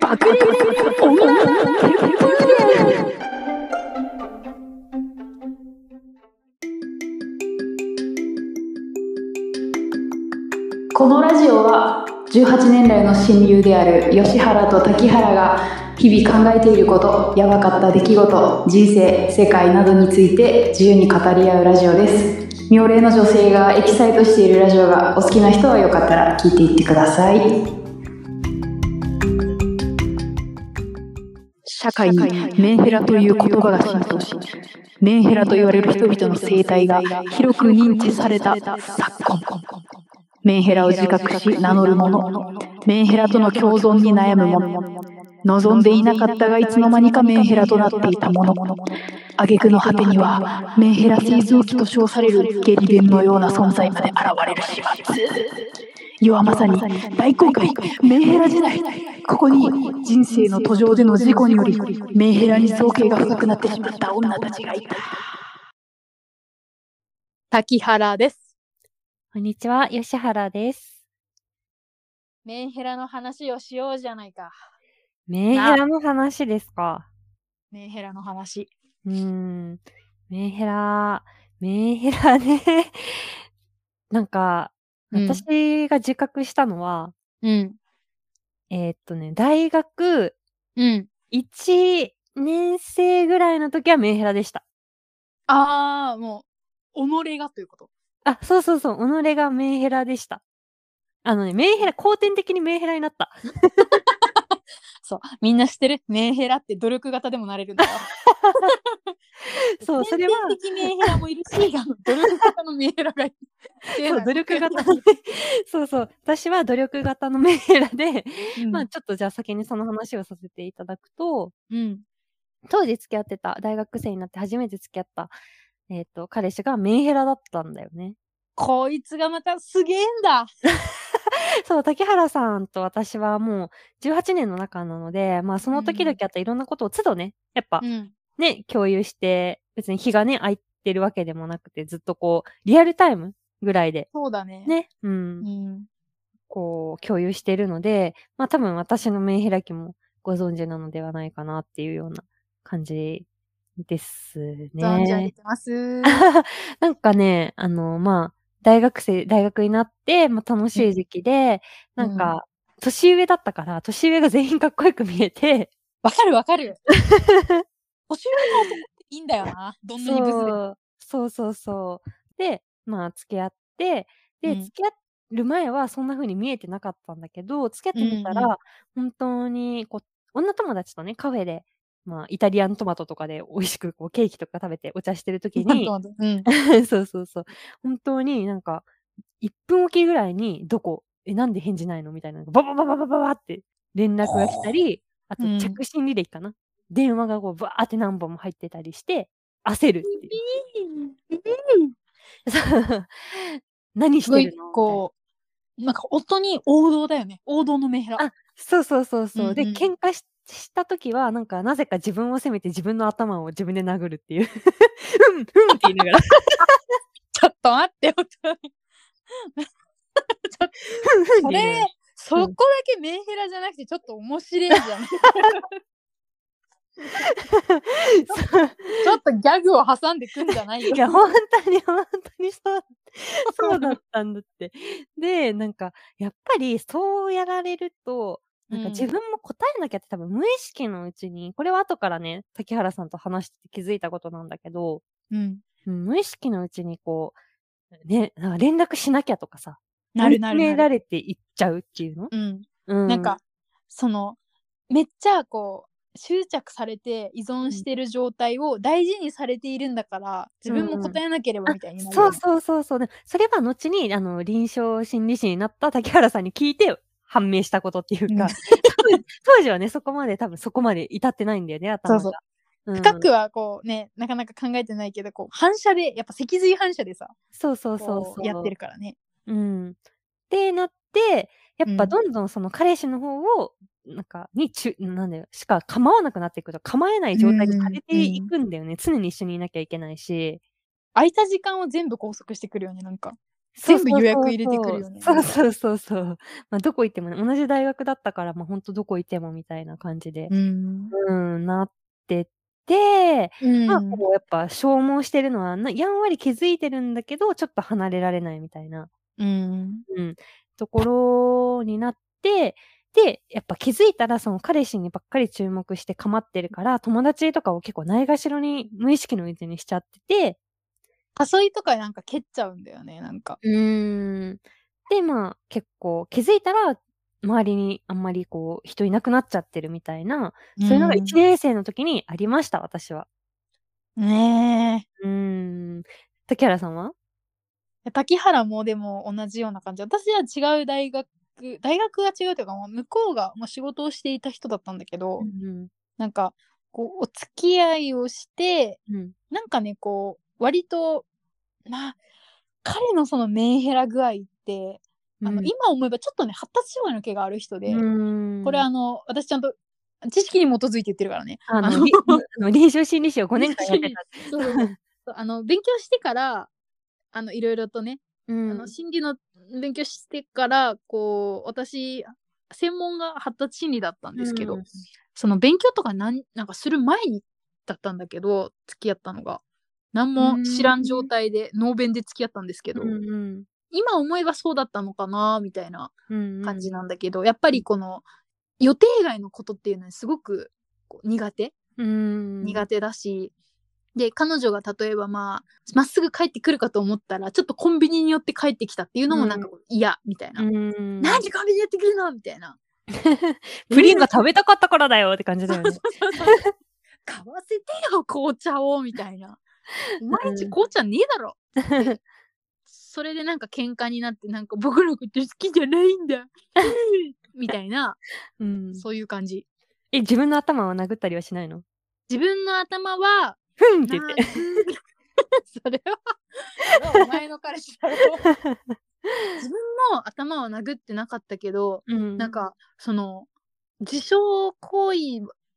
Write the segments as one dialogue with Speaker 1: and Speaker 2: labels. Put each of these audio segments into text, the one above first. Speaker 1: 爆裂女結婚
Speaker 2: このラジオは18年来の親友である吉原と滝原が日々考えていることやばかった出来事人生世界などについて自由に語り合うラジオです妙齢の女性がエキサイトしているラジオがお好きな人はよかったら聞いていってください
Speaker 1: 社会にメンヘラという言葉が浸透しメンヘラと言われる人々の生態が広く認知された昨今メンヘラを自覚し名乗る者メンヘラとの共存に悩む者望んでいなかったがいつの間にかメンヘラとなっていた者挙句の果てにはメンヘラ製造機と称されるゲリ弁のような存在まで現れる始末世はまさに大航海メンヘラ時代ここに人生の途上での事故によりメンヘラに造形が深くなってしまった女たちがいた
Speaker 3: 滝原です。
Speaker 4: こんにちは、吉原です。
Speaker 3: メンヘラの話をしようじゃないか。
Speaker 4: メンヘラの話ですか。
Speaker 3: メンヘラの話。
Speaker 4: うーん。メンヘラ、メンヘラね。 なんか、
Speaker 3: うん
Speaker 4: 私が自覚したのは、
Speaker 3: うん。
Speaker 4: えーっとね、大学
Speaker 3: うん。
Speaker 4: 1年生ぐらいの時はメンヘラでした。
Speaker 3: ああ、もう、己がということ。
Speaker 4: あ、そうそうそう、己がメンヘラでした。あのね、メンヘラ、後天的にメンヘラに なった。
Speaker 3: そう。みんな知ってるメンヘラって努力型でもなれるん だよ。
Speaker 4: そう、それ
Speaker 3: 先
Speaker 4: は、
Speaker 3: 天的メンヘラもい るし、努力型のメンヘラがいる。
Speaker 4: そう、努力 型のね そうそう、私は努力型のメンヘラで、まあちょっとじゃあ先にその話をさせていただくと、
Speaker 3: うん。
Speaker 4: 当時付き合ってた、大学生になって初めて付き合った、えっ、と、彼氏がメンヘラだったんだよね。
Speaker 3: こいつがまたすげえんだ。
Speaker 4: そう、竹原さんと私はもう18年の中なので、まあその時々あったいろんなことを都度ね、やっぱ
Speaker 3: ん。
Speaker 4: ね、共有して、別に日がね、空いてるわけでもなくて、ずっとこう、リアルタイムぐらいで、
Speaker 3: そうだね。。
Speaker 4: ね、う、
Speaker 3: うんん。
Speaker 4: こう、共有してるので、まあ多分私のメンヘラ期もご存知なのではないかなっていうような感じですね。
Speaker 3: 存じ上げて ます。
Speaker 4: なんかね、あの、まあ、大学生、大学になって、まあ、楽しい時期で、
Speaker 3: うん
Speaker 4: なんか、年上だったから、年上が全員かっこよく見えて、
Speaker 3: わかるわか る。年上の男っていいんだよな。どんなにブス でも。
Speaker 4: そうそうそうそう。で、まあ、付き合って、で、
Speaker 3: うん
Speaker 4: 付き合る前はそんな風に見えてなかったんだけど、付き合ってみたら、
Speaker 3: うんう
Speaker 4: 本当に、こう、女友達とね、カフェで、まあ、イタリアントマトとかで美味しくこうケーキとか食べてお茶して る時に、
Speaker 3: なんとなくうん。
Speaker 4: そうそうそう。本当になんか、1分おきぐらいに、どこ、え、なんで返事ないのみたいなのが、バババババババって連絡が来たり、あと
Speaker 3: うん
Speaker 4: 着信履歴かな。電話がこう、バーって何本も入ってたりして、焦るっていう。そう何し
Speaker 3: すご
Speaker 4: て
Speaker 3: い
Speaker 4: るのみ
Speaker 3: こうなんか夫に王道だよね王道のメンヘラ
Speaker 4: あたいなそうそうそうそう。で、
Speaker 3: うんうん
Speaker 4: 喧嘩しした時は、なんか、なぜか自分を責めて自分の頭を自分で殴るっていう。うん、うんって言いながら、
Speaker 3: ちょっと待 って本当にそ
Speaker 4: うん、うんって言いながら
Speaker 3: れそこだけメンヘラじゃなくてちょっと面白い じゃんち
Speaker 4: そう
Speaker 3: ょっとギャグを挟んでくんじゃないよ
Speaker 4: いや、本当に、本当にそう、そうだったんだって。で、なんか、やっぱりそうやられると、 なん
Speaker 3: う
Speaker 4: か
Speaker 3: ん
Speaker 4: 自分も答えなきゃって多分無意識のうちに、これは後からね、竹原さんと話して気づいたことなんだけど、
Speaker 3: うん
Speaker 4: うん無意識のうちにこう、ね、なんか連絡しなきゃとかさ、
Speaker 3: なるな
Speaker 4: 追い詰
Speaker 3: る
Speaker 4: めら
Speaker 3: なる
Speaker 4: れていっちゃうっていうの、
Speaker 3: うん
Speaker 4: う
Speaker 3: なんか、そのめっちゃこう執着されて依存してる状態を大事にされているんだから自分も答えなければみたいになる
Speaker 4: そ
Speaker 3: よ
Speaker 4: う
Speaker 3: ね、
Speaker 4: そうそうそう。でそれは後に、あの、臨床心理士になった竹原さんに聞いて判明したことっていう
Speaker 3: う
Speaker 4: か
Speaker 3: ん、
Speaker 4: 当時はね、そこまで多分そこまで至ってないんだよね、頭が。
Speaker 3: そう
Speaker 4: うん
Speaker 3: 深くはこうねなかなか考えてないけどこう反射でやっぱ脊髄反射でさ
Speaker 4: そうそうそ
Speaker 3: こ
Speaker 4: うそう。
Speaker 3: やってる。からね
Speaker 4: うん。ってなって、やっ
Speaker 3: う
Speaker 4: ぱ
Speaker 3: ん
Speaker 4: どんどんその彼氏の方を、なんか、にちゅ、なんだよ、しか構わなくなっていくと、構えない状態にされていくんだよね。常に一緒にいなきゃいけないし。
Speaker 3: 空いた時間を全部拘束してくるよねなんか
Speaker 4: そう
Speaker 3: 全部予約入れてくるよね
Speaker 4: そうそうそうそう。まあ、どこ行ってもね、同じ大学だったから、まあ、ほんとどこ行ってもみたいな感じで、
Speaker 3: うん。
Speaker 4: うん、なってて、
Speaker 3: うん
Speaker 4: まあ、こうやっぱ消耗してるのはな、やんわり気づいてるんだけど、ちょっと離れられないみたいな、
Speaker 3: うん。
Speaker 4: うん、ところになって、で、やっぱ気づいたら、その彼氏にばっかり注目して構ってるから、友達とかを結構ないがしろに無意識のうちにしちゃってて、
Speaker 3: 誘いとかなんか蹴っちゃうんだよね、なんか。
Speaker 4: うーん。で、まあ、結構、気づいたら、周りにあんまりこう、人いなくなっちゃってるみたいな、そういうのが1年生の時にありました、私は。
Speaker 3: うんね
Speaker 4: うーん。竹原さんは
Speaker 3: え。滝原もでも同じような感じ。私は違う大学、大学が違うというか、もう向こうがもう仕事をしていた人だったんだけど、
Speaker 4: うん。
Speaker 3: なんか、こう、お付き合いをして、
Speaker 4: うん。
Speaker 3: なんかね、こう、割と、まあ、彼のそのメンヘラ具合って、あの、今思えばちょっとね、発達障害の毛がある人で、
Speaker 4: うん、
Speaker 3: これあの、私ちゃんと知識に基づいて言ってるからね。
Speaker 4: あの、
Speaker 3: あの
Speaker 4: り あの臨床心理士を5年間やってた。
Speaker 3: そうそうそうあの、勉強してから、あの、いろいろとね、
Speaker 4: う
Speaker 3: あの、心理の勉強してから、こう、私、専門が発達心理だったんですけど、
Speaker 4: うん
Speaker 3: その勉強とかなんなんかする前にだったんだけど付き合ったのが何も知らん状態で能弁で付き合ったんですけど、
Speaker 4: うん
Speaker 3: 今思えばそうだったのかなみたいな
Speaker 4: うん。
Speaker 3: 感じなんだけど、やっぱりこの予定外のことっていうのにすごくこう苦手、
Speaker 4: うん。
Speaker 3: 苦手だしで彼女が例えばまあまっすぐ帰ってくるかと思ったらちょっとコンビニに寄って帰ってきたっていうのもなんかこう嫌みたいな、
Speaker 4: うん。
Speaker 3: なんでコンビニ寄ってくるのみたいな
Speaker 4: プリンが食べたかったからだよって感じ だよね。
Speaker 3: 買わせてよ紅茶をみたいな毎日
Speaker 4: うん
Speaker 3: 紅茶ねえだろ、それでなんか喧嘩になってなんか僕のこと好きじゃないんだう んみたいな
Speaker 4: うん。
Speaker 3: そういう感じ
Speaker 4: え、自分の頭を殴ったりはしないの
Speaker 3: 自分の頭は
Speaker 4: ふんって言って。
Speaker 3: なそれはそれはお前の彼氏だろ自分の頭を殴ってなかったけど、
Speaker 4: うん
Speaker 3: なん、かその自傷行為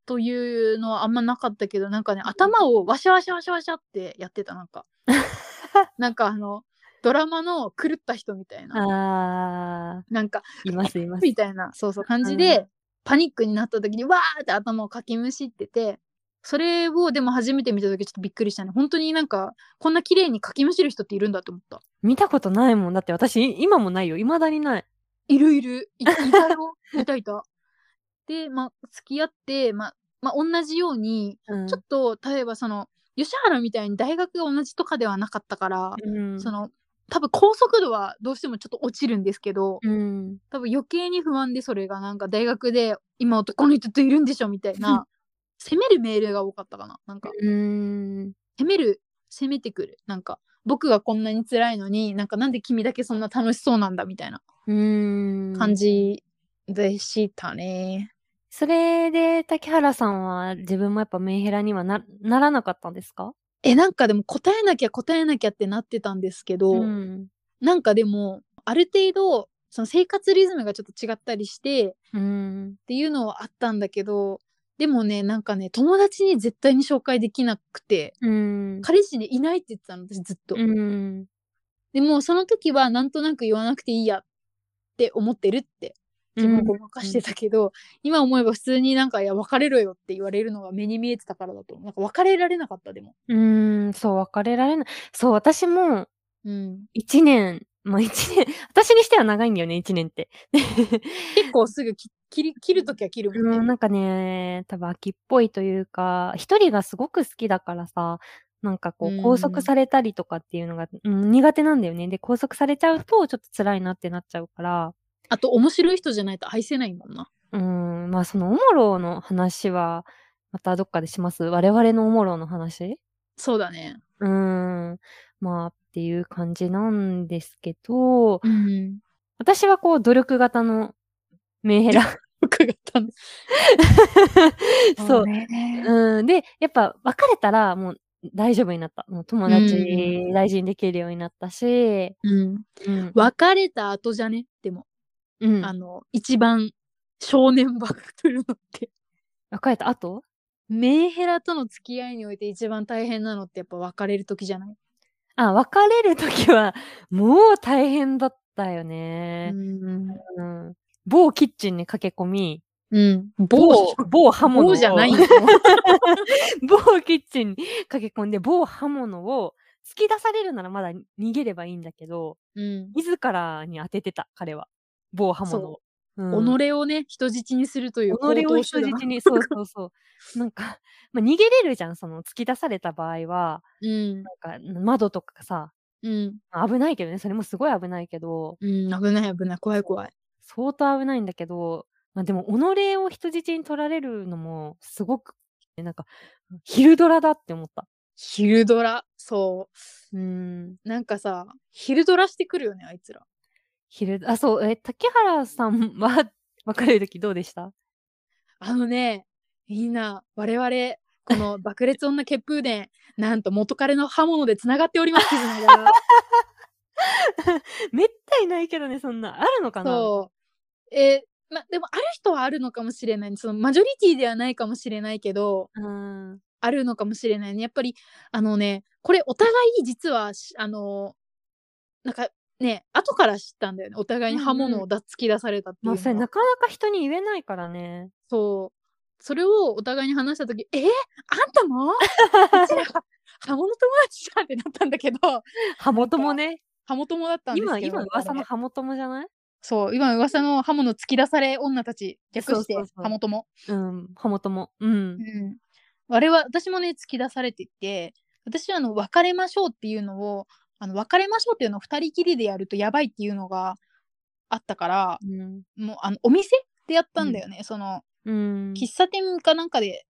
Speaker 3: というのはあんまなかったけどなんかね頭をワシャワシャワシャワシャってやってたなんかなんかあのドラマの狂った人みたいな
Speaker 4: あ
Speaker 3: なんか
Speaker 4: ー、いますいます。
Speaker 3: みたいなそうそう感じで、
Speaker 4: う
Speaker 3: パニックになった時にわーって頭をかきむしっててそれをでも初めて見た時ちょっとびっくりしたね本当になんかこんな綺麗にかきむしる人っているんだと思った
Speaker 4: 見たことないもん。だって私、い今もないよ。未だにない。
Speaker 3: いるいる。いいたよ。いたいた。で、まあ、付き合って、まあ、まあ、同じように、
Speaker 4: うん
Speaker 3: ちょっと、例えばその、吉原みたいに大学が同じとかではなかったから、
Speaker 4: うん
Speaker 3: その、多分高速度はどうしてもちょっと落ちるんですけど、
Speaker 4: うん。
Speaker 3: 多分余計に不安でそれがなんか大学で今男の人といるんでしょみたいな、責めるメールが多かったかな。なんか、
Speaker 4: うん。
Speaker 3: 責める、責めてくる。なんか、僕がこんなに辛いのに、なんかなんで君だけそんな楽しそうなんだみたいな。
Speaker 4: うん。
Speaker 3: 感じでしたね。
Speaker 4: それで、竹原さんは自分もやっぱメンヘラにはなならなかったんですか
Speaker 3: えなんかでも答えなきゃ答えなきゃってなってたんですけど、
Speaker 4: ん。
Speaker 3: なんかでもある程度その生活リズムがちょっと違ったりしてっ
Speaker 4: うん。
Speaker 3: ていうのはあったんだけどでもねなんかね友達に絶対に紹介できなくて
Speaker 4: うん。
Speaker 3: 彼氏ねいないって言ってたの私ずっと。
Speaker 4: うん。
Speaker 3: でもその時はなんとなく言わなくていいやって思ってるって自分をごまかしてたけど、今思えば普通になんか「いや別れろよ」って言われるのが目に見えてたからだと思うなんか別れられなかったでも。
Speaker 4: うん、そう、別れられない。そう、私も
Speaker 3: うん、
Speaker 4: 一年、まあ一年、 私にしては長いんだよね、一 年って。
Speaker 3: 結構すぐき切り切るときは切るも
Speaker 4: うんん、
Speaker 3: ね。
Speaker 4: なんかね、多分秋っぽいというか、一人がすごく好きだからさ、なんかこ
Speaker 3: うん
Speaker 4: う、拘束されたりとかっていうのが、うん苦手なんだよね。で、拘束されちゃうと、ちょっと辛いなってなっちゃうから、
Speaker 3: あと面白い人じゃないと愛せないもんな。
Speaker 4: うん、まあそのおもろの話は、またどっかでします。我々のおもろの話
Speaker 3: そうだね。
Speaker 4: うん、まあっていう感じなんですけど、
Speaker 3: うん。
Speaker 4: 私はこう、努力型のメン ヘラ。
Speaker 3: 僕がたの。
Speaker 4: そう。
Speaker 1: ね。
Speaker 4: うん。で、やっぱ別れたらもう大丈夫になった。もう友
Speaker 3: う
Speaker 4: 達大事にできるようになったし、
Speaker 3: うん。
Speaker 4: うん。
Speaker 3: 別れた後じゃねでも、
Speaker 4: うん
Speaker 3: あの、一番少年バカ来るのって。
Speaker 4: 別れた後
Speaker 3: メンヘラとの付き合いにおいて一番大変なのってやっぱ別れる時じゃない
Speaker 4: あ、別れるときは、 もう大変だったよね。
Speaker 3: うん。
Speaker 4: うん某キッチンに駆け込み、
Speaker 3: うん。某、
Speaker 4: 某刃物を。
Speaker 3: 某じゃないよ。
Speaker 4: 某キッチンに駆け込んで、某刃物を突き出されるならまだ逃げればいいんだけど、
Speaker 3: うん。
Speaker 4: 自らに当ててた、彼は。某刃物を。うん
Speaker 3: 己をね、人質にするという
Speaker 4: 己を
Speaker 3: 行動
Speaker 4: 人
Speaker 3: 手段
Speaker 4: 質に、そうそうそう。なんか、まあ、逃げれるじゃん、その突き出された場合は、
Speaker 3: うん。
Speaker 4: なんか窓とかさ、
Speaker 3: うん。
Speaker 4: まあ危ないけどね、それもすごい危ないけど、
Speaker 3: うん。危ない危ない。怖い怖い。
Speaker 4: 相当危ないんだけど、まあ、でも、己を人質に取られるのも、すごく、なんか、昼ドラだって思った。
Speaker 3: 昼ドラ。そ
Speaker 4: うん。
Speaker 3: う。なんかさ、昼ドラしてくるよね、あいつら。
Speaker 4: 昼、あ、そう、え、竹原さんは 別れる時どうでした
Speaker 3: あのね、みんな、我々、この爆裂女血風伝、なんと元彼の刃物で繋がっており ます、絆が。
Speaker 4: めったにないけどね、そんな。あるのかな
Speaker 3: そう。えーま、でも、ある人はあるのかもしれない。その、マジョリティではないかもしれないけど、
Speaker 4: う。うん。
Speaker 3: あるのかもしれないね。やっぱり、あのね、これお互い実はし、あの、なんかね、後から知ったんだよね。お互いに刃物をだ突き出されたっていうの
Speaker 4: ま
Speaker 3: は、
Speaker 4: あ、それなかなか人に言えないから ね。
Speaker 3: そう。それをお互いに話したとき、えーあんた もうちら刃物友達じゃんってなったんだけど、
Speaker 4: ハモトもね。
Speaker 3: 刃物友だったんですけど
Speaker 4: 今、。今噂のハモトもじゃない
Speaker 3: そう、今噂の刃物突き出され女たち、略して
Speaker 4: そうそうそう
Speaker 3: 刃物も。
Speaker 4: うん、ハモトも。うん
Speaker 3: う。ん。あれは、私もね、突き出されていて、私はあの、別れましょうっていうのを、あの、別れましょうっていうのを二人きりでやるとやばいっていうのがあったから、
Speaker 4: うん。
Speaker 3: もう、あの、お店でやったんだよね。その、
Speaker 4: うん。
Speaker 3: 喫茶店かなんかで、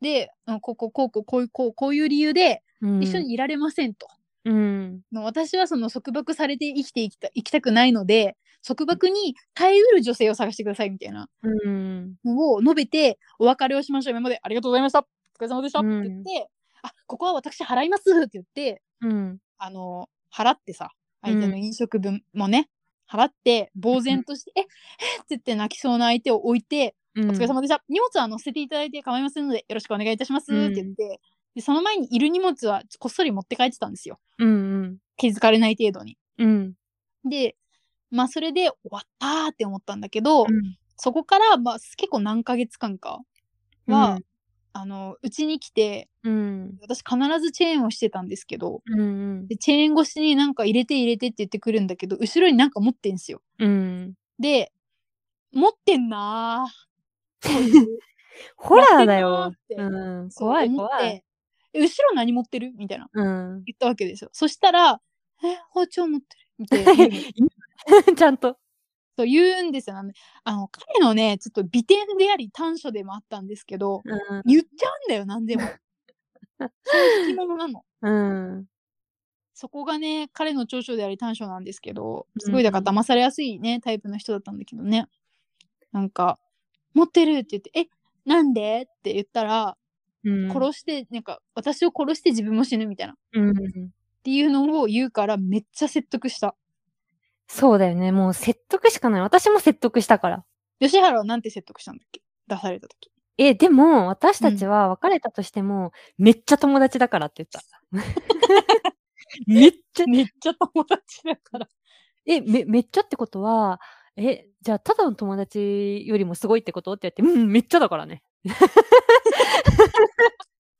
Speaker 3: で、うんここ、こう、こう、こういう、こう、こういう理由で、
Speaker 4: うん
Speaker 3: 一緒。にいられませんと。
Speaker 4: うん。
Speaker 3: の私はその束縛されて生きていきた生きたくないので、束縛に耐えうる女性を探してくださいみたいな
Speaker 4: うん。
Speaker 3: のを述べて、お別れをしましょう。今までありがとうございました。お疲れ様でした。
Speaker 4: うん
Speaker 3: って言って、あ、ここは私払いますって言って、
Speaker 4: うん。
Speaker 3: あの、払ってさ、相手
Speaker 4: う
Speaker 3: の飲食分もね、払って、呆然として、え、えって言って泣きそうな相手を置いて、
Speaker 4: お
Speaker 3: お疲れ。様でした。荷物は乗せていただいて構いませんので、よろしくお願いいたします。って言って、でその前にいる荷物はこっそり持って帰ってたんですよ。
Speaker 4: うん。
Speaker 3: 気づかれない程度に。
Speaker 4: うん。
Speaker 3: で、まあそれで終わったーって思ったんだけど、
Speaker 4: うん。
Speaker 3: そこから、まあ結構何ヶ月間かは、あの、うちに来て、
Speaker 4: うん。
Speaker 3: 私必ずチェーンをしてたんですけど、
Speaker 4: うん。
Speaker 3: でチェーン越しになんか入れて入れてって言ってくるんだけど、後ろになんか持ってんすよ。
Speaker 4: うん。
Speaker 3: で、持ってんなー。こいつ
Speaker 4: ホラーだ
Speaker 3: や
Speaker 4: よ
Speaker 3: っ。てんなーって
Speaker 4: うん。
Speaker 3: そう
Speaker 4: 怖い
Speaker 3: 思っ
Speaker 4: 怖い。
Speaker 3: てえ後ろ何持ってるみたいな。
Speaker 4: うん。
Speaker 3: 言ったわけですよ。そしたら、え、包丁持ってるみたい な言うの。
Speaker 4: ちゃんと。
Speaker 3: と言うんですよ。あのあの彼のね、ちょっと美点であり短所でもあったんですけど、
Speaker 4: うん。
Speaker 3: 言っちゃうんだよ、何 でも。正直者なの。
Speaker 4: うん。
Speaker 3: そこがね、彼の長所であり短所なんですけど、
Speaker 4: うん
Speaker 3: すごいだから騙されやすいね、タイプの人だったんだけどね。なんか、持ってるって言って、え、なんでって言ったら、
Speaker 4: うん
Speaker 3: 殺して、なんか、私を殺して自分も死ぬみたいな。っ
Speaker 4: うん、
Speaker 3: ていうのを言うから、めっちゃ説得した。
Speaker 4: そうだよね。もう説得しかない。私も説得したから。
Speaker 3: 吉原はなんて説得したんだっけ出された時。
Speaker 4: え、でも、私たちは別れたとしても、めっちゃ友達だからって 言った。めっちゃ、
Speaker 3: めっちゃ友達だから。
Speaker 4: え、め、めっちゃってことは、え、じゃあ、ただの友達よりもすごいってことって言って、うん、めっちゃだか らね。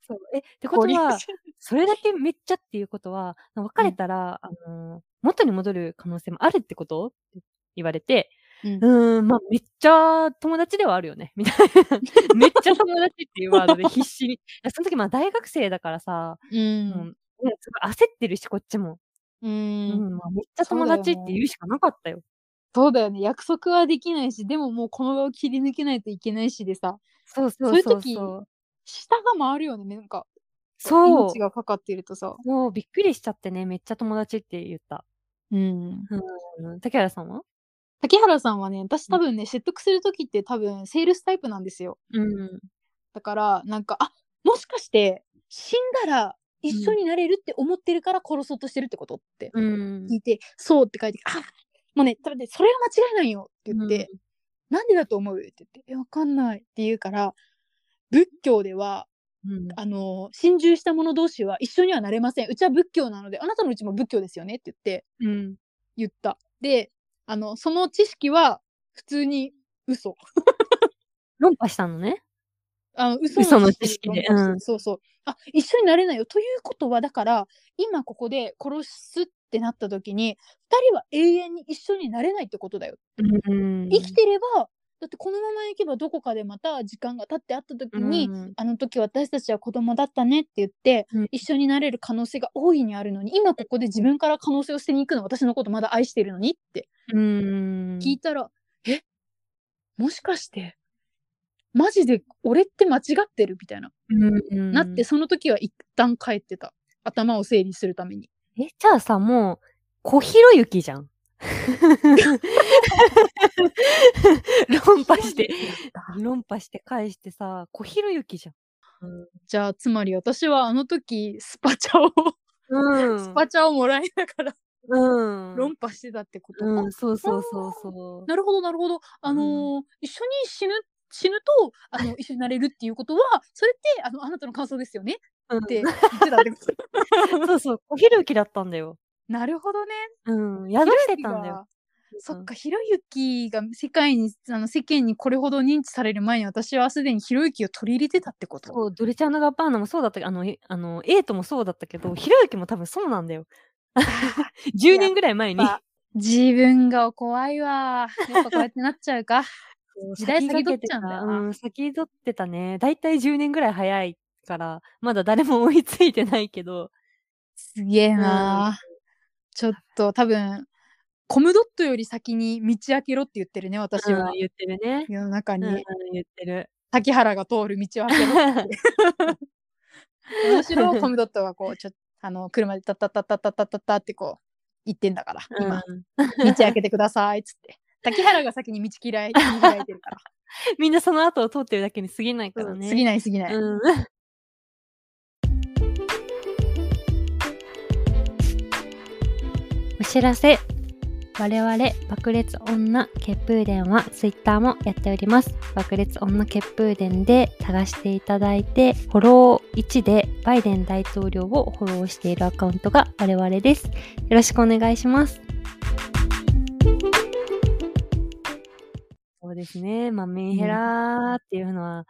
Speaker 4: そうえ、ってことは、それだけめっちゃっていうことは、別れたら、あのー元に戻る可能性もあるってことって言われて、
Speaker 3: うん
Speaker 4: うーん、まあ、めっちゃ友達ではあるよね、みたい な。めっちゃ友達っていうワードで必死に。いやその時、まあ、大学生だからさ、
Speaker 3: う。
Speaker 4: もうんねすごい焦ってるし、こっちも。
Speaker 3: う
Speaker 4: うん、
Speaker 3: ん。
Speaker 4: まあ、めっちゃ友達って言うしかなかったよ。
Speaker 3: そうだよね。約束はできないし、でももうこの場を切り抜けないといけないしでさ、
Speaker 4: そうそう
Speaker 3: そういう
Speaker 4: そう
Speaker 3: 時
Speaker 4: そう。
Speaker 3: 下が回るよね。なんか、
Speaker 4: そう
Speaker 3: 命がかかってるとさ。
Speaker 4: そう、びっくりしちゃってね、めっちゃ友達って言った。
Speaker 3: うん。
Speaker 4: うん、竹原さんは
Speaker 3: 竹原さんはね、私多分ね、説得するときって多分、セールスタイプなんですよ。
Speaker 4: うん。
Speaker 3: だから、なんか、あ、もしかして、死んだら一緒になれるって思ってるから殺そうとしてるってことって
Speaker 4: うん
Speaker 3: 聞。いて、そうって書いて、あ、もうね、多分ね、それは間違いないよって言って、なんでだと思うって言って、え、わかんないって言うから、仏教では
Speaker 4: うん
Speaker 3: あの心中した者同士は一緒にはなれませんうちは仏教なのであなたのうちも仏教ですよねって言って
Speaker 4: うん。
Speaker 3: 言ったであのその知識は普通に嘘
Speaker 4: 論破したのね。
Speaker 3: あの嘘
Speaker 4: 嘘の知識で
Speaker 3: 論破して
Speaker 4: うん
Speaker 3: そうそうあ一緒になれないよということはだから今ここで殺すってなった時に二人は永遠に一緒になれないってことだよ
Speaker 4: うん
Speaker 3: 生きてればだってこのまま生きればどこかでまた時間が経ってあった時に、
Speaker 4: うん
Speaker 3: あの時私たちは子供だったねって言って、
Speaker 4: うん
Speaker 3: 一緒になれる可能性が大いにあるのに今ここで自分から可能性を捨てに行くの私のことまだ愛してるのにって
Speaker 4: うん。
Speaker 3: 聞いたら、えもしかしてマジで俺って間違ってるみたいな、
Speaker 4: うん
Speaker 3: なってその時は一旦帰ってた頭を整理するために。
Speaker 4: え、じゃあさ、もう、小ひろゆきじゃん。論破して、論破して返してさ、小ひろゆきじゃん。
Speaker 3: じゃあつまり私はあの時スパチャを、
Speaker 4: う
Speaker 3: スパチャをもらいながら
Speaker 4: うん。
Speaker 3: 論破してたってことか。
Speaker 4: うん、そうそうそうそう。
Speaker 3: なるほど、なるほど。あのー一緒に死ぬ、死ぬと、あの、一緒になれるっていうことは、それって、あの、あなたの感想ですよね
Speaker 4: うん
Speaker 3: って言ってたんです
Speaker 4: そうそう、小ひろゆきだったんだよ。
Speaker 3: なるほどね。
Speaker 4: うん、宿してたんだよ。
Speaker 3: そっか、ひろゆきが世界に、あの、世間にこれほど認知される前に、私はすでにひろゆきを取り入れてたってこと。
Speaker 4: そう、ドルチャガッパーナもそうだったけど、あの、えあの、エイトもそうだったけど、ひろゆきも多分そうなんだよ。10年ぐらい前に
Speaker 3: やっ。ぱ 自分が怖いわ。やっぱこうやってなっちゃうか。時代先取っちゃうんだよな
Speaker 4: うん、先取ってたね。だいたい10年ぐらい早いから、まだ誰も追いついてないけど。
Speaker 3: すげえな、ちょっと、多分、コムドットより先に道開けろって言ってるね、私は。
Speaker 4: うん言ってるね。
Speaker 3: 世の中
Speaker 4: うん
Speaker 3: に。
Speaker 4: 言ってる。
Speaker 3: 滝原が通る道を開けろって。後ろをコムドットがこう、ちょっと、あの、車でタッタッタッタッタッタッタッタってこう、行ってんだから、今、
Speaker 4: うん
Speaker 3: 道開けてください、っつって。 滝原が先に道嫌い、道開いてるから。
Speaker 4: みんなその後を通ってるだけに過ぎないから
Speaker 3: 過
Speaker 4: ね。
Speaker 3: ぎない過ぎない。
Speaker 4: うん。 お知らせ我々爆裂女血風伝はツイッターもやっております爆裂女血風伝で探していただいてフォロー1でバイデン大統領をフォローしているアカウントが我々ですよろしくお願いしますそうですねまあメンヘラーっていうのは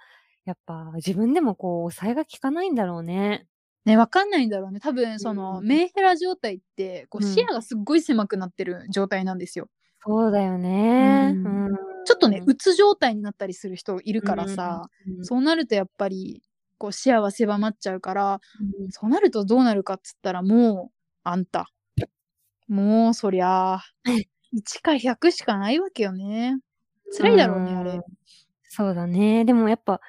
Speaker 4: やっぱ自分でもこう抑えが効かないんだろうね
Speaker 3: ね、わかんないんだろうね。多分、その、
Speaker 4: うん
Speaker 3: メンヘラ状態って、こう、
Speaker 4: うん
Speaker 3: 視野がすっごい狭くなってる状態なんですよ。
Speaker 4: そうだよね、
Speaker 3: うん
Speaker 4: うん
Speaker 3: ちょっとね、うつ状態になったりする人いるからさ、
Speaker 4: うん
Speaker 3: そうなるとやっぱり、こう、視野は狭まっちゃうから、
Speaker 4: うん
Speaker 3: そうなるとどうなるかっつったらもうあんたもうそりゃあ1か100しかないわけよね辛いだろうね
Speaker 4: ん
Speaker 3: あれ。
Speaker 4: そうだね。でもやっぱ、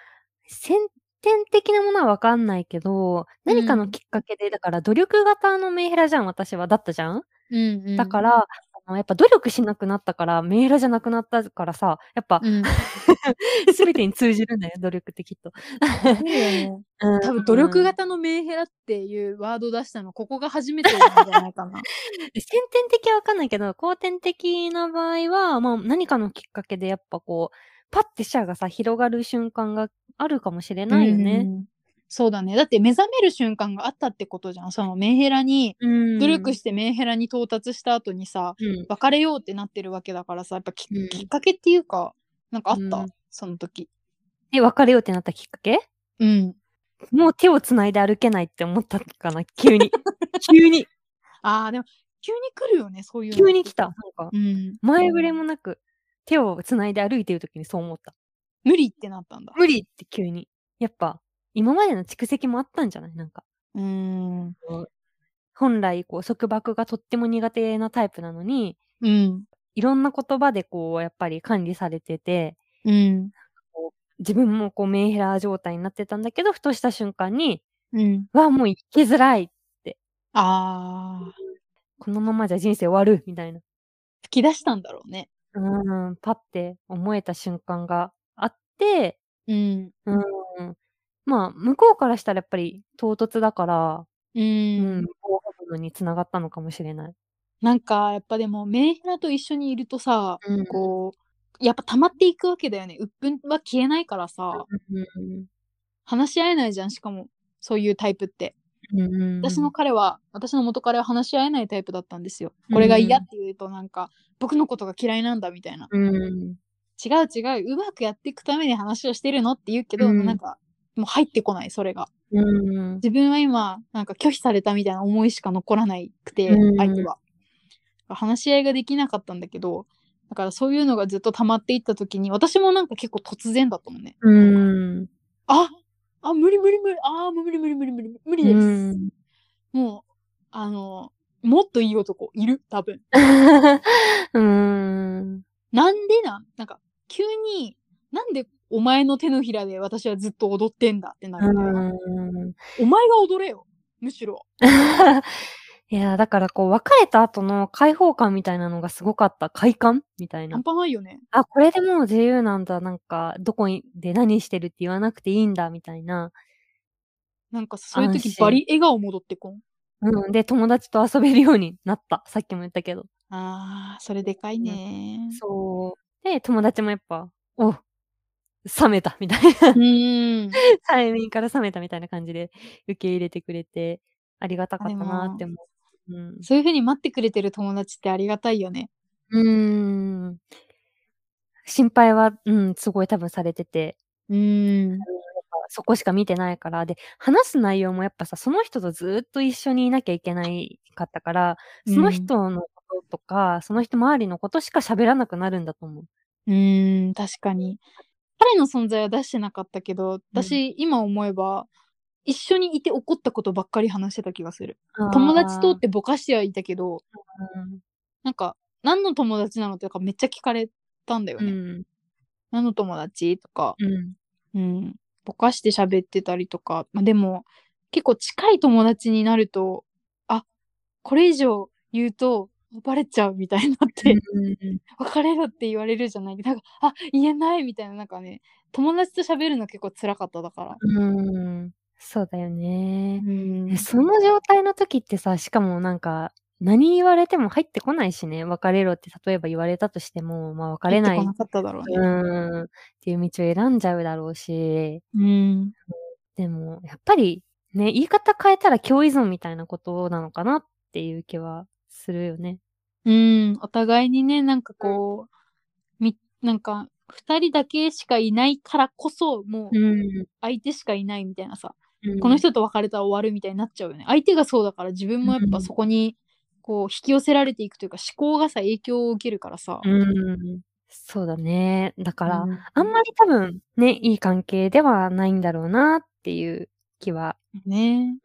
Speaker 4: 先天的なものはわかんないけど、何かのきっかけで、だから努力型のメンヘラじゃん、私は。だったじゃん、
Speaker 3: うん、
Speaker 4: だから、あのやっぱ努力しなくなったから、メンヘラじゃなくなったからさ、やっぱ、
Speaker 3: うん、
Speaker 4: すべてに通じるんだよ、努力ってきっと。 うん
Speaker 3: 多分努力型のメンヘラっていうワード出したのここが初めてなんじゃないかな
Speaker 4: 先天的はわかんないけど、後天的な場合は、まあ何かのきっかけで、やっぱこう、パッて視野がさ、広がる瞬間があるかもしれないよ
Speaker 3: う
Speaker 4: ね。
Speaker 3: んそうだねだって目覚める瞬間があったってことじゃんそのメンヘラに
Speaker 4: うん
Speaker 3: 努力してメンヘラに到達した後にさ
Speaker 4: うん、
Speaker 3: 別れようってなってるわけだからさやっぱき,、
Speaker 4: うん
Speaker 3: きっかけっていうかなんかあった、
Speaker 4: うん
Speaker 3: その時
Speaker 4: で、別れようってなったきっかけ
Speaker 3: うん
Speaker 4: もう手をつないで歩けないって思ったかな、急に。 急に、
Speaker 3: ああ、でも、急に来るよね、そういうの。
Speaker 4: 急に来た。なんか、
Speaker 3: うん。
Speaker 4: 前触れもなく、手をつないで歩いてる時にそう思った。
Speaker 3: 無理ってなったんだ。
Speaker 4: 無理って急に。やっぱ、今までの蓄積もあったんじゃないなんか、
Speaker 3: うん。
Speaker 4: 本来、こう、束縛がとっても苦手なタイプなのに、
Speaker 3: うん。
Speaker 4: いろんな言葉でこう、やっぱり管理されてて、
Speaker 3: うん。
Speaker 4: 自分もこう、メンヘラ状態になってたんだけど、ふとした瞬間に、
Speaker 3: うん。
Speaker 4: わあ、もう行きづらい。
Speaker 3: ああ、
Speaker 4: このままじゃ人生終わる。みたいな。
Speaker 3: 吹き出したんだろうね。
Speaker 4: うん、パって思えた瞬間があって、
Speaker 3: うん。
Speaker 4: うん、まあ、向こうからしたらやっぱり唐突だから、
Speaker 3: う。
Speaker 4: うんん、こういうのにつながったのかもしれない。
Speaker 3: なんか、やっぱでも、メンヘラと一緒にいるとさ、
Speaker 4: うん
Speaker 3: こう、やっぱ溜まっていくわけだよね。鬱憤は消えないからさ、
Speaker 4: うん、
Speaker 3: 話し合えないじゃんしかもそういうタイプって
Speaker 4: うんうん
Speaker 3: 私の彼は、私の元彼は話し合えないタイプだったんですよこれが嫌
Speaker 4: う
Speaker 3: っ
Speaker 4: ん
Speaker 3: て言うとなんか僕のことが嫌いなんだみたいな
Speaker 4: うん
Speaker 3: 違う違ううまくやっていくために話をしてるのって言うけど、
Speaker 4: うん
Speaker 3: なんかもう入ってこないそれが
Speaker 4: うん
Speaker 3: 自分は今なんか拒否されたみたいな思いしか残らないくて、
Speaker 4: うん
Speaker 3: 相手は話し合いができなかったんだけどだからそういうのがずっと溜まっていった時に私もなんか結構突然だったもんね
Speaker 4: うん
Speaker 3: ああ無理無理無理あーもう無理無理無理無理無理です、
Speaker 4: うん
Speaker 3: もうあのもっといい男いる多分
Speaker 4: うん
Speaker 3: なんでなんなんか急になんでお前の手のひらで私はずっと踊ってんだってなるんだよな、
Speaker 4: うん
Speaker 3: お前が踊れよむしろ
Speaker 4: いやだからこう別れた後の解放感みたいなのがすごかった快感みたいな
Speaker 3: 半端ないよね
Speaker 4: あこれでもう自由なんだなんかどこにで何してるって言わなくていいんだみたいな、
Speaker 3: なんかそういう時
Speaker 4: 安心
Speaker 3: バリ笑顔戻ってこん
Speaker 4: うん、で友達と遊べるようになったさっきも言ったけど
Speaker 3: あーそれでかいね
Speaker 4: そうで友達もやっぱお冷めたみたいな
Speaker 3: うん
Speaker 4: 催眠から冷めたみたいな感じで受け入れてくれてありがたかったなって思う。うん
Speaker 3: そういうふうに待ってくれてる友達ってありがたいよね
Speaker 4: うーん。心配は、うん、すごい多分されてて、
Speaker 3: うん
Speaker 4: そこしか見てないから、で、話す内容もやっぱさ、その人とずっと一緒にいなきゃいけないかったから、その人のこととか、その人周りのことしか喋らなくなるんだと思う。
Speaker 3: うん確かに彼の存在は出してなかったけど私、今思えば一緒にいて怒ったことばっかり話してた気がする友達とってぼかしてはいたけど
Speaker 4: あー、
Speaker 3: なんか何の友達なのとかめっちゃ聞かれたんだよ
Speaker 4: う
Speaker 3: ね、
Speaker 4: ん、
Speaker 3: 何の友達とか
Speaker 4: うん、
Speaker 3: うん、ぼかして喋ってたりとか、まあ、でも結構近い友達になるとあこれ以上言うとバレちゃうみたいになって、別れろって言われるじゃない なんかあ言えないみたいななんかね友達と喋るの結構辛かっただから、
Speaker 4: うん、うん、そうだよね。
Speaker 3: うん
Speaker 4: えその状態の時ってさ、しかもなんか、何言われても入ってこないしね、別れろって例えば言われたとしても、まあ別れな
Speaker 3: 入
Speaker 4: い
Speaker 3: ってこなかっただろうね、
Speaker 4: うんっていう道を選んじゃうだろうし、
Speaker 3: うん、
Speaker 4: でも、やっぱりね、言い方変えたら共依存みたいなことなのかなっていう気はするよね。
Speaker 3: うん、お互いにね、なんかこう、み、なんか、二人だけしかいないからこそ、もう、
Speaker 4: ん。
Speaker 3: 相手しかいないみたいなさ、この人と別れたら終わるみたいになっちゃうよね。相手がそうだから、自分もやっぱそこに、こう、引き寄せられていくというか、思考がさ、影響を受けるからさ。
Speaker 4: うん。そうだね。だから、
Speaker 3: うん
Speaker 4: あんまり多分ね、いい関係ではないんだろうなっていう気は
Speaker 3: ね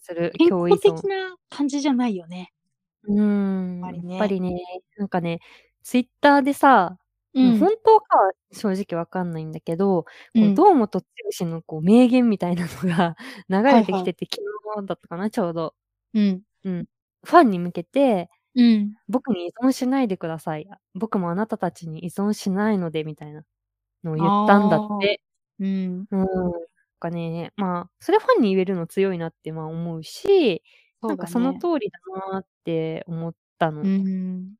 Speaker 4: する。
Speaker 3: 健
Speaker 4: 共依
Speaker 3: 康
Speaker 4: 存
Speaker 3: 的。な感じじゃないよね。
Speaker 4: うん。
Speaker 3: や
Speaker 4: や
Speaker 3: っぱりね
Speaker 4: っぱりね、なんかね、ツイッターでさ、もう本当かは正直わかんないんだけど、
Speaker 3: う
Speaker 4: こ
Speaker 3: ん
Speaker 4: う堂本剛のこう名言みたいなのが 流れて
Speaker 3: はいは
Speaker 4: き
Speaker 3: い
Speaker 4: てて、昨日だったかな、ちょうど。
Speaker 3: うん。
Speaker 4: ファンに向けて、
Speaker 3: うん。
Speaker 4: 僕に依存しないでください。僕もあなたたちに依存しないので、みたいなのを言ったんだって。
Speaker 3: うん。
Speaker 4: うん。なんかね、まあ、それファンに言えるの強いなってまあ思うし、なんかその
Speaker 3: り。
Speaker 4: 通りだなって思ったの。
Speaker 3: う
Speaker 4: えっ
Speaker 3: ん。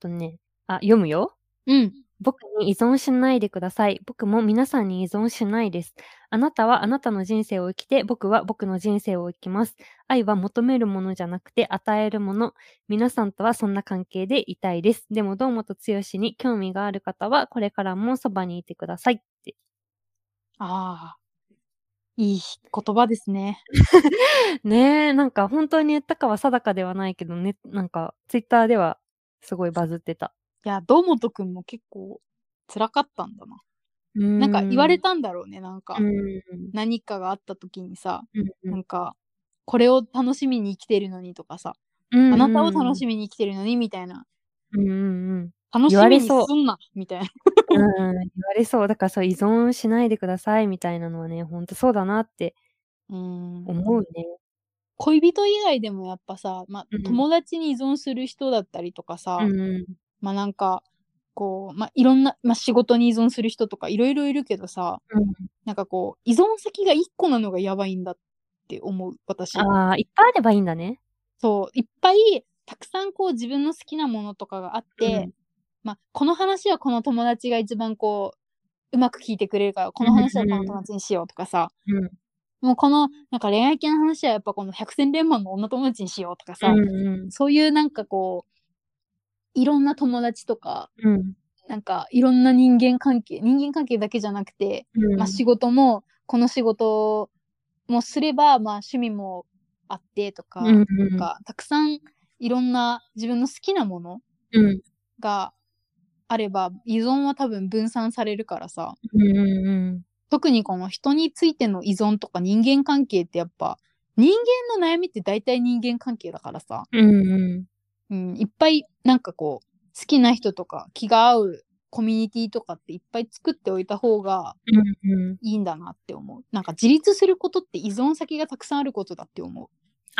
Speaker 4: とね、あ、読むよ。
Speaker 3: うん。
Speaker 4: 僕に依存しないでください。僕も皆さんに依存しないです。あなたはあなたの人生を生きて、僕は僕の人生を生きます。愛は求めるものじゃなくて与えるもの。皆さんとはそんな関係でいたいです。でも、堂本剛に興味がある方は、これからもそばにいてくださいって。
Speaker 3: ああ。いい言葉ですね。
Speaker 4: ねえ、なんか本当に言ったかは定かではないけどね、なんかツイッターではすごいバズってた。
Speaker 3: いや、堂本くんも結構辛かったんだな。な
Speaker 4: な
Speaker 3: んか言われたんだろうね、なんか
Speaker 4: う。ん。
Speaker 3: 何かがあった時にさ、
Speaker 4: う
Speaker 3: なん
Speaker 4: ん
Speaker 3: か、これを楽しみに生きてるのにとかさ、
Speaker 4: うん
Speaker 3: あなたを楽しみに生きてるのにみたいな、
Speaker 4: み。うんうんうん。
Speaker 3: 楽し
Speaker 4: 言わ
Speaker 3: み
Speaker 4: れ
Speaker 3: に
Speaker 4: そう
Speaker 3: すんなみたいな。
Speaker 4: うん、言 われそう。だからそう、依存しないでくださいみたいなのはね、ほんとそうだなって
Speaker 3: うん
Speaker 4: 思うね。
Speaker 3: 恋人以外でもやっぱさ、まあ
Speaker 4: うん
Speaker 3: 友達に依存する人だったりとかさ、
Speaker 4: うん。
Speaker 3: まあなんか、こう、まあいろんな、まあ仕事に依存する人とかいろいろいるけどさ、
Speaker 4: うん
Speaker 3: なんかこう、依存先が一個なのがやばいんだって思う、私。
Speaker 4: ああ、いっぱいあればいいんだね。
Speaker 3: そういっぱいたくさんこう自分の好きなものとかがあって、
Speaker 4: うん
Speaker 3: まあ、この話はこの友達が一番こうまく聞いてくれるからこの話はこの友達にしようとかさ、
Speaker 4: うん
Speaker 3: もうこのなんか恋愛系の話はやっぱこの百戦錬磨の女友達にしようとかさ、
Speaker 4: うん
Speaker 3: そういうなんかこういろんな友達とか
Speaker 4: うん
Speaker 3: なんかいろんな人間関係人間関係だけじゃなくて、
Speaker 4: うん
Speaker 3: まあ、仕事もこの仕事もすれば、まあ、趣味もあってとか,、
Speaker 4: うんうん
Speaker 3: なんかたくさんいろんな自分の好きなもの
Speaker 4: うん
Speaker 3: があれば依存は多分分散されるからさ
Speaker 4: うんうんうん
Speaker 3: 特にこの人についての依存とか人間関係ってやっぱ人間の悩みって大体人間関係だからさ、
Speaker 4: うんうん
Speaker 3: うん、いっぱいなんかこう好きな人とか気が合うコミュニティとかっていっぱい作っておいた方が
Speaker 4: うんうん
Speaker 3: いいんだなって思うなんか自立することって依存先がたくさんあることだって思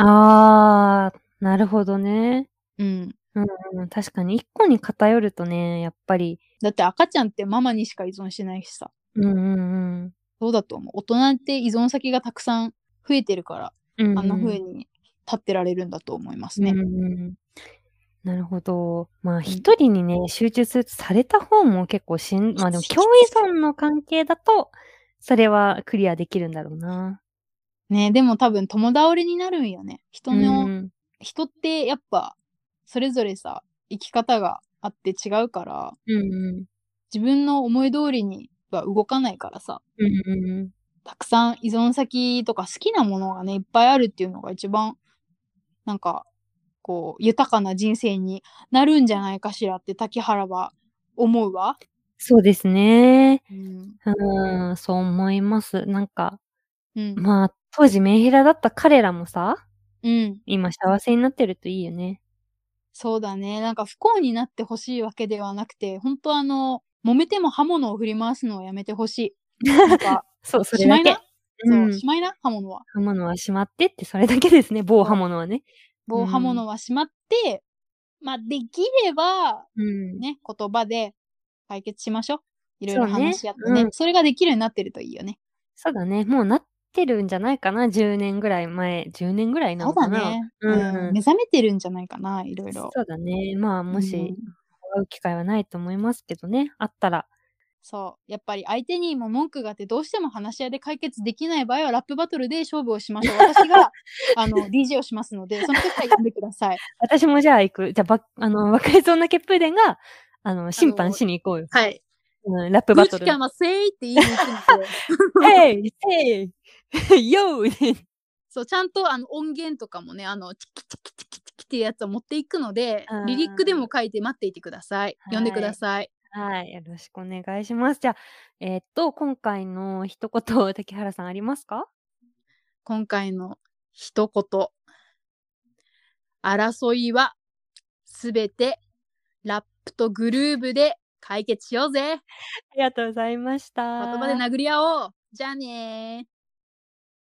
Speaker 4: あーなるほどね、
Speaker 3: う、うん、
Speaker 4: うん、確かに一個に偏るとねやっぱり
Speaker 3: だって赤ちゃんってママにしか依存しないしさ
Speaker 4: うんうん
Speaker 3: そうだと思う大人って依存先がたくさん増えてるから
Speaker 4: うん
Speaker 3: あんな風に立ってられるんだと思います
Speaker 4: うん
Speaker 3: ね。
Speaker 4: うんうんなるほど。まあ、一人にね、集中するとされた方も結構しん、まあでも、共依存の関係だと、それはクリアできるんだろうな。
Speaker 3: ねでも多分友倒れになるんよね。人の、
Speaker 4: うん
Speaker 3: 人ってやっぱそれぞれさ生き方があって違うから
Speaker 4: うんうん
Speaker 3: 自分の思い通りには動かないからさ
Speaker 4: うんうん
Speaker 3: たくさん依存先とか好きなものがねいっぱいあるっていうのが一番なんかこう豊かな人生になるんじゃないかしらって滝原は思うわ。
Speaker 4: そうですね。
Speaker 3: うん。
Speaker 4: うん、そう思います。なんか、
Speaker 3: うん。
Speaker 4: まあ、当時メンヘラだった彼らもさ、
Speaker 3: うん
Speaker 4: 今幸せになってるといいよね。
Speaker 3: そうだね。なんか不幸になってほしいわけではなくて、本当あの、揉めても刃物を振り回すのをやめてほしい。なんか、
Speaker 4: そう、 そ
Speaker 3: し
Speaker 4: れ
Speaker 3: ま
Speaker 4: だ
Speaker 3: い
Speaker 4: け
Speaker 3: な。。
Speaker 4: う
Speaker 3: そ
Speaker 4: ん
Speaker 3: う、しまいな、刃物は。
Speaker 4: 刃物はしまってって、それだけですね。某刃物はね。う
Speaker 3: 棒
Speaker 4: ん
Speaker 3: 刃物はしまって、まあ、できれば、
Speaker 4: うん。
Speaker 3: ね、言葉で解決しましょう。いろい
Speaker 4: そ
Speaker 3: ろ
Speaker 4: うね
Speaker 3: 話し合ってね。
Speaker 4: う
Speaker 3: それができるようになってるといいよね。
Speaker 4: そうだね。もうなってるんじゃないかな。10年ぐらい前。10年ぐらいな
Speaker 3: そ
Speaker 4: の
Speaker 3: う
Speaker 4: か
Speaker 3: だ
Speaker 4: な。
Speaker 3: ね、
Speaker 4: うん
Speaker 3: うん。目覚めてるんじゃないかな、いろいろ。
Speaker 4: そうだね。まあ、もし、
Speaker 3: うん
Speaker 4: 会う機会はないと思いますけどね。あったら。
Speaker 3: そう。やっぱり相手にも文句があって、どうしても話し合いで解決できない場合は、ラップバトルで勝負をしましょう。私 が、あの、DJ をしますので、その時は呼んでください。
Speaker 4: 私もじゃあ行く。じゃあ、ば、あの、 若いそんな血風伝が、あの、審判しに行こうよ。
Speaker 3: はい。
Speaker 4: うん、ラップ
Speaker 3: ど
Speaker 4: バ
Speaker 3: っ
Speaker 4: ト
Speaker 3: ち
Speaker 4: ル。
Speaker 3: かまあ、せーいって言いに行くので、
Speaker 4: ヘイヘイ !Yo!
Speaker 3: そう、ちゃんとあの音源とかもね、あの、チキチキチキチキっていうやつを持っていくので
Speaker 4: あー、
Speaker 3: リリックでも書いて待っていてください。
Speaker 4: はい
Speaker 3: 呼んでください。
Speaker 4: はい。よろしくお願いします。じゃあ、えーっと、今回の一言、竹原さんありますか
Speaker 3: 今回の一言。争いは、すべて、ラップとグルーブで解決しようぜ。
Speaker 4: ありがとうございました。
Speaker 3: 言葉で殴り合おうじゃあねー